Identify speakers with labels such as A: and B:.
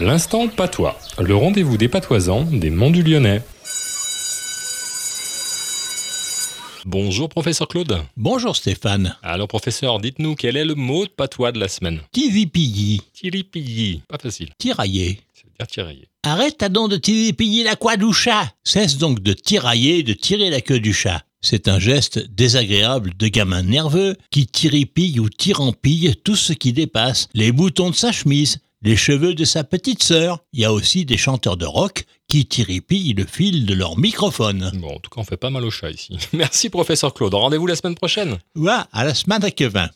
A: L'instant patois, le rendez-vous des patoisans des Monts du Lyonnais. Bonjour professeur Claude.
B: Bonjour Stéphane.
A: Alors professeur, dites-nous quel est le mot de patois de la semaine
B: Tivipilly,
A: Tiripilli, pas facile,
B: tiraillé.
A: c'est dire tirailler.
B: Arrête à donc de tiripiller la quoi du chat. Cesse donc de tirailler et de tirer la queue du chat. C'est un geste désagréable de gamin nerveux qui tiripille ou tirampille tout ce qui dépasse les boutons de sa chemise, les cheveux de sa petite sœur. Il y a aussi des chanteurs de rock qui tiripillent le fil de leur microphone.
A: Bon, en tout cas, on fait pas mal au chat ici. Merci professeur Claude. Rendez-vous la semaine prochaine.
B: Ouah, à la semaine à Kevin.